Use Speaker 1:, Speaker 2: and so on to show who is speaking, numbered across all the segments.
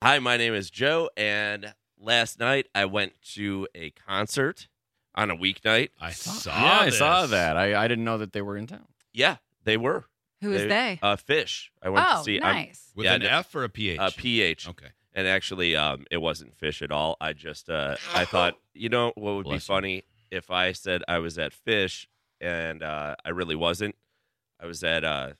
Speaker 1: Hi, my name is Joe, and last night I went to a concert on a weeknight.
Speaker 2: I saw.
Speaker 3: yeah, I saw
Speaker 2: this.
Speaker 3: that. I, I didn't know that they were in town.
Speaker 1: Yeah, they were.
Speaker 4: Who is they?
Speaker 1: Uh, Fish. I went
Speaker 4: oh,
Speaker 1: to see I'm-
Speaker 4: nice.
Speaker 2: With
Speaker 1: Yeah,
Speaker 2: an
Speaker 1: no-
Speaker 2: F or a PH?
Speaker 1: uh, PH,
Speaker 2: Okay.
Speaker 1: and actually, um, it wasn't Fish at all. I just uh, I thought, you know, what would be
Speaker 2: Bless you.
Speaker 1: funny if I said I was at Fish, and uh, I really wasn't. I was at uh,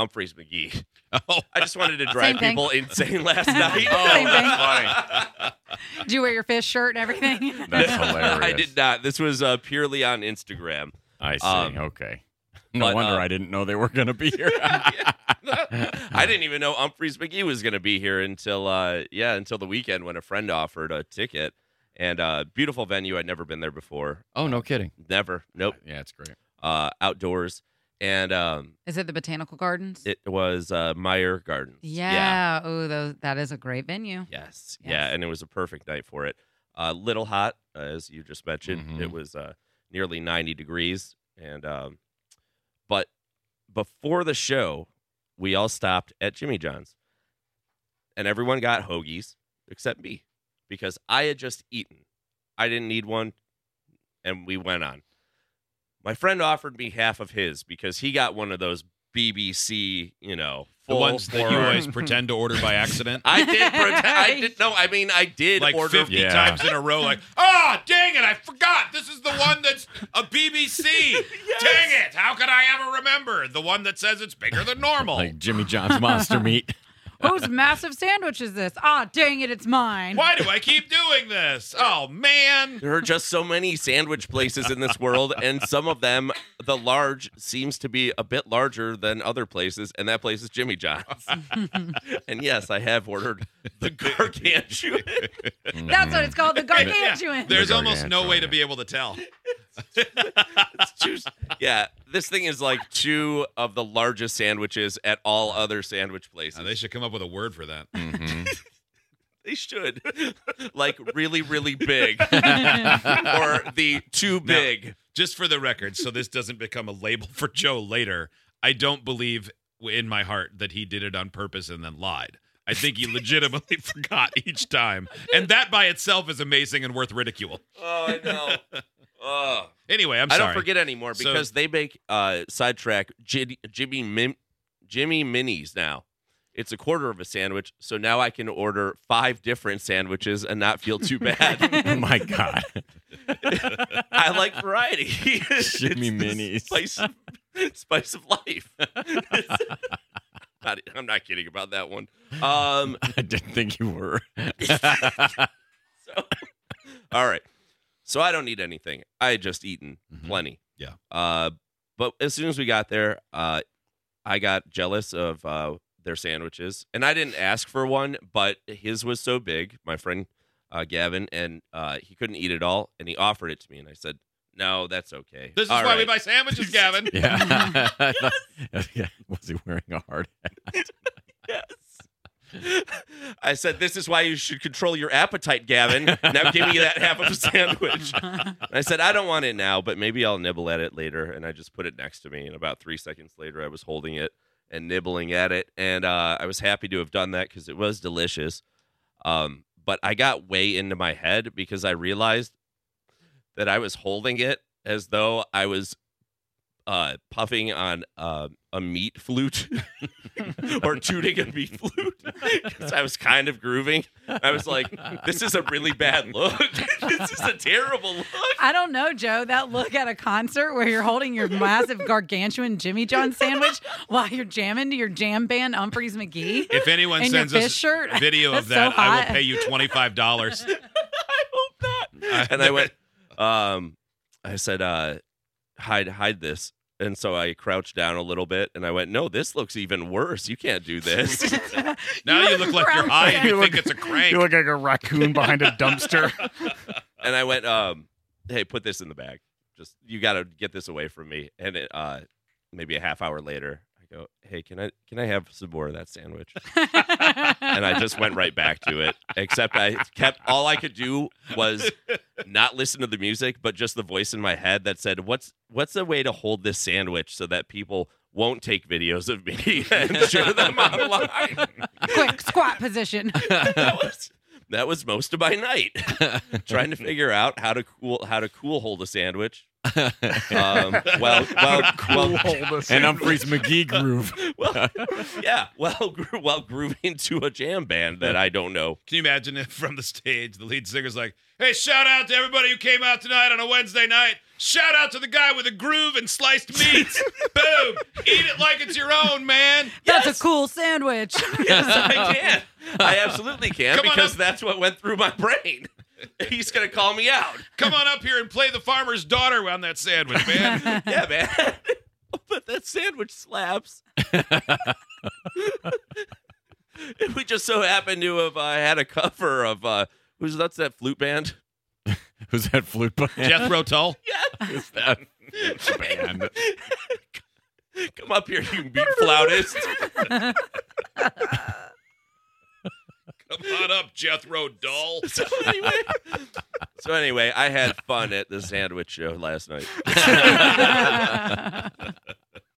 Speaker 1: Humphreys McGee.
Speaker 2: Oh,
Speaker 1: I just wanted to
Speaker 4: Same
Speaker 1: drive
Speaker 4: thing.
Speaker 1: people insane last night.
Speaker 4: Same
Speaker 1: that's funny.
Speaker 4: Did you wear your fish shirt and everything?
Speaker 3: That's
Speaker 1: No, I
Speaker 3: hilarious.
Speaker 1: did not. This was uh, purely on Instagram.
Speaker 3: I see.
Speaker 1: Um,
Speaker 3: okay. No
Speaker 1: but,
Speaker 3: wonder
Speaker 1: um,
Speaker 3: I didn't know they were going to be here.
Speaker 1: I didn't even know Humphreys McGee was going to be here until uh, yeah, until the weekend when a friend offered a ticket. And uh, beautiful venue. I'd never been there before.
Speaker 3: oh, no kidding.
Speaker 1: Never. Nope.
Speaker 3: Yeah, it's great.
Speaker 1: Uh, outdoors. And um,
Speaker 4: Is it the Botanical Gardens?
Speaker 1: it was uh, Meyer Gardens.
Speaker 4: yeah. Oh, those, that is a great venue.
Speaker 1: Yes.
Speaker 4: Yes.
Speaker 1: Yeah, and it was a perfect night for it. A little hot, as you just mentioned.
Speaker 3: Mhm.
Speaker 1: It was uh, nearly 90 degrees, and um, but before the show, we all stopped at Jimmy John's, and everyone got hoagies except me because I had just eaten. I didn't need one, and we went on. My friend offered me half of his because he got one of those BBC, you know,
Speaker 2: the
Speaker 1: full
Speaker 2: ones that you
Speaker 1: horror-
Speaker 2: always pretend to order by accident.
Speaker 1: I did. Pretend, I did. No, I mean I did
Speaker 2: like
Speaker 1: order.
Speaker 2: 50
Speaker 3: Yeah.
Speaker 2: times in a row, like, ah, dang it, I forgot. This is the one that's a BBC. Dang it, how could I ever remember? The one that says it's bigger than
Speaker 1: Oh.
Speaker 2: normal.
Speaker 3: Like Jimmy John's monster meat.
Speaker 4: Whose massive sandwich is this? Ah, dang it, it's mine.
Speaker 2: Why do I keep doing this? Oh, man.
Speaker 1: There are just so many sandwich places in this world, and some of them, the large seems to be a bit larger than other places, and that place is Jimmy John's. and yes, I have ordered the gargantuan.
Speaker 4: That's what it's called, the
Speaker 2: Yeah,
Speaker 4: gargantuan.
Speaker 2: there's
Speaker 3: The
Speaker 2: almost no
Speaker 3: gargantuan,
Speaker 2: way to
Speaker 3: yeah.
Speaker 2: be able to tell.
Speaker 1: It's two- yeah, this thing is like two of the largest sandwiches at all other sandwich places.
Speaker 2: Now, they should come up with a word for that.
Speaker 1: Mm-hmm. They should. like really, really big, or the too big.
Speaker 2: Just for the record, so this doesn't become a label for Joe later, I don't believe in my heart that he did it on purpose and then lied. I think he legitimately forgot each time. And that by itself is amazing and worth ridicule.
Speaker 1: Oh, I know. Oh.
Speaker 2: Anyway, I'm
Speaker 1: I
Speaker 2: sorry.
Speaker 1: don't forget anymore
Speaker 2: So-
Speaker 1: because they make uh, sidetrack Jid- Jimmy Mim- Jimmy Minis now. It's a quarter of a sandwich, so now I can order five different sandwiches and not feel too bad.
Speaker 3: oh, my God.
Speaker 1: I like variety. It's
Speaker 3: Jimmy
Speaker 1: the
Speaker 3: Minis.
Speaker 1: spice, of, spice of life. Not- e, I'm not kidding about that one. Um,
Speaker 3: I didn't think you were.
Speaker 1: All right. So I don't need anything. I had just eaten
Speaker 2: Mhm.
Speaker 1: plenty.
Speaker 2: Yeah.
Speaker 1: Uh, but as soon as we got there, uh, I got jealous of uh, their sandwiches, and I didn't ask for one, but his was so big, my friend uh, Gavin, and uh, he couldn't eat it all, and he offered it to me, and I said, "No, that's okay."
Speaker 2: This is
Speaker 1: All
Speaker 2: why we
Speaker 1: right."
Speaker 2: buy sandwiches, Gavin.
Speaker 3: yeah. I thought- yeah. Was he wearing a hard hat?
Speaker 1: Yes. I said, "This is why you should control your appetite, Gavin." Now give me that half of a sandwich. I said, I don't want it now, but maybe I'll nibble at it later. And I just put it next to me. And about three seconds later, I was holding it and nibbling at it. And uh, I was happy to have done that because it was delicious. Um, but I got way into my head because I realized that I was holding it as though I was uh, puffing on uh, a meat flute or tuning a meat flute 'Cause I was kind of grooving. I was like, this is a really bad look. this is a terrible look.
Speaker 4: I don't know, Joe. That look at a concert where you're holding your massive, gargantuan Jimmy John sandwich while you're jamming to your jam band, Humphreys McGee.
Speaker 2: If anyone
Speaker 4: And your
Speaker 2: sends us
Speaker 4: fish shirt?
Speaker 2: a video of
Speaker 4: That's
Speaker 2: that,
Speaker 4: so
Speaker 2: I
Speaker 4: hot.
Speaker 2: will pay you twenty five dollars. Uh,
Speaker 1: I hope not. And I went, um, I said, uh, hide, hide this. And so I crouched down a little bit and I went, no, this looks even worse. You can't do this.
Speaker 2: Now you,
Speaker 4: You
Speaker 2: look like you're
Speaker 4: crouched
Speaker 2: high and you
Speaker 5: down.
Speaker 2: think it's a crank.
Speaker 5: You look like a raccoon behind a dumpster.
Speaker 1: and I went, um, hey, put this in the bag. Just, you got to get this away from me. And it, uh, maybe a half hour later, I go, hey, can I, can I have some more of that sandwich? and I just went right back to it. Except I kept all I could do was not listen to the music, but just the voice in my head that said, "What's what's a way to hold this sandwich so that people won't take videos of me and show them online?"
Speaker 4: Quick squat position.
Speaker 1: That was that was most of my night trying to figure out how to cool how to cool hold a sandwich. Um, well, well,
Speaker 5: Cool
Speaker 1: well,
Speaker 5: hold us.
Speaker 3: and Humphreys McGee groove.
Speaker 1: well, yeah, well, gro- well, grooving to a jam band that I don't know
Speaker 2: Can you imagine if from the stage the lead singer's like, "Hey, shout out to everybody who came out tonight on a Wednesday night. Shout out to the guy with a groove and sliced meats. Boom, eat it like it's your own, man.
Speaker 4: That's a cool sandwich.
Speaker 1: Yes, I can. I absolutely can
Speaker 2: Come on
Speaker 1: because
Speaker 2: up.
Speaker 1: that's what went through my brain. He's gonna call me out.
Speaker 2: Come on up here and play the farmer's daughter on that sandwich, man.
Speaker 1: Yeah, man. but that sandwich slaps. If we just so happened to have uh, had a cover of uh, who's that's that flute band?
Speaker 3: Who's that flute band?
Speaker 2: Jethro Tull.
Speaker 3: Who's that flute band?
Speaker 1: Come up here, you meat flautist.
Speaker 2: Come on up, Jethro Dull.
Speaker 1: so anyway, so anyway, I had fun at the sandwich show last night.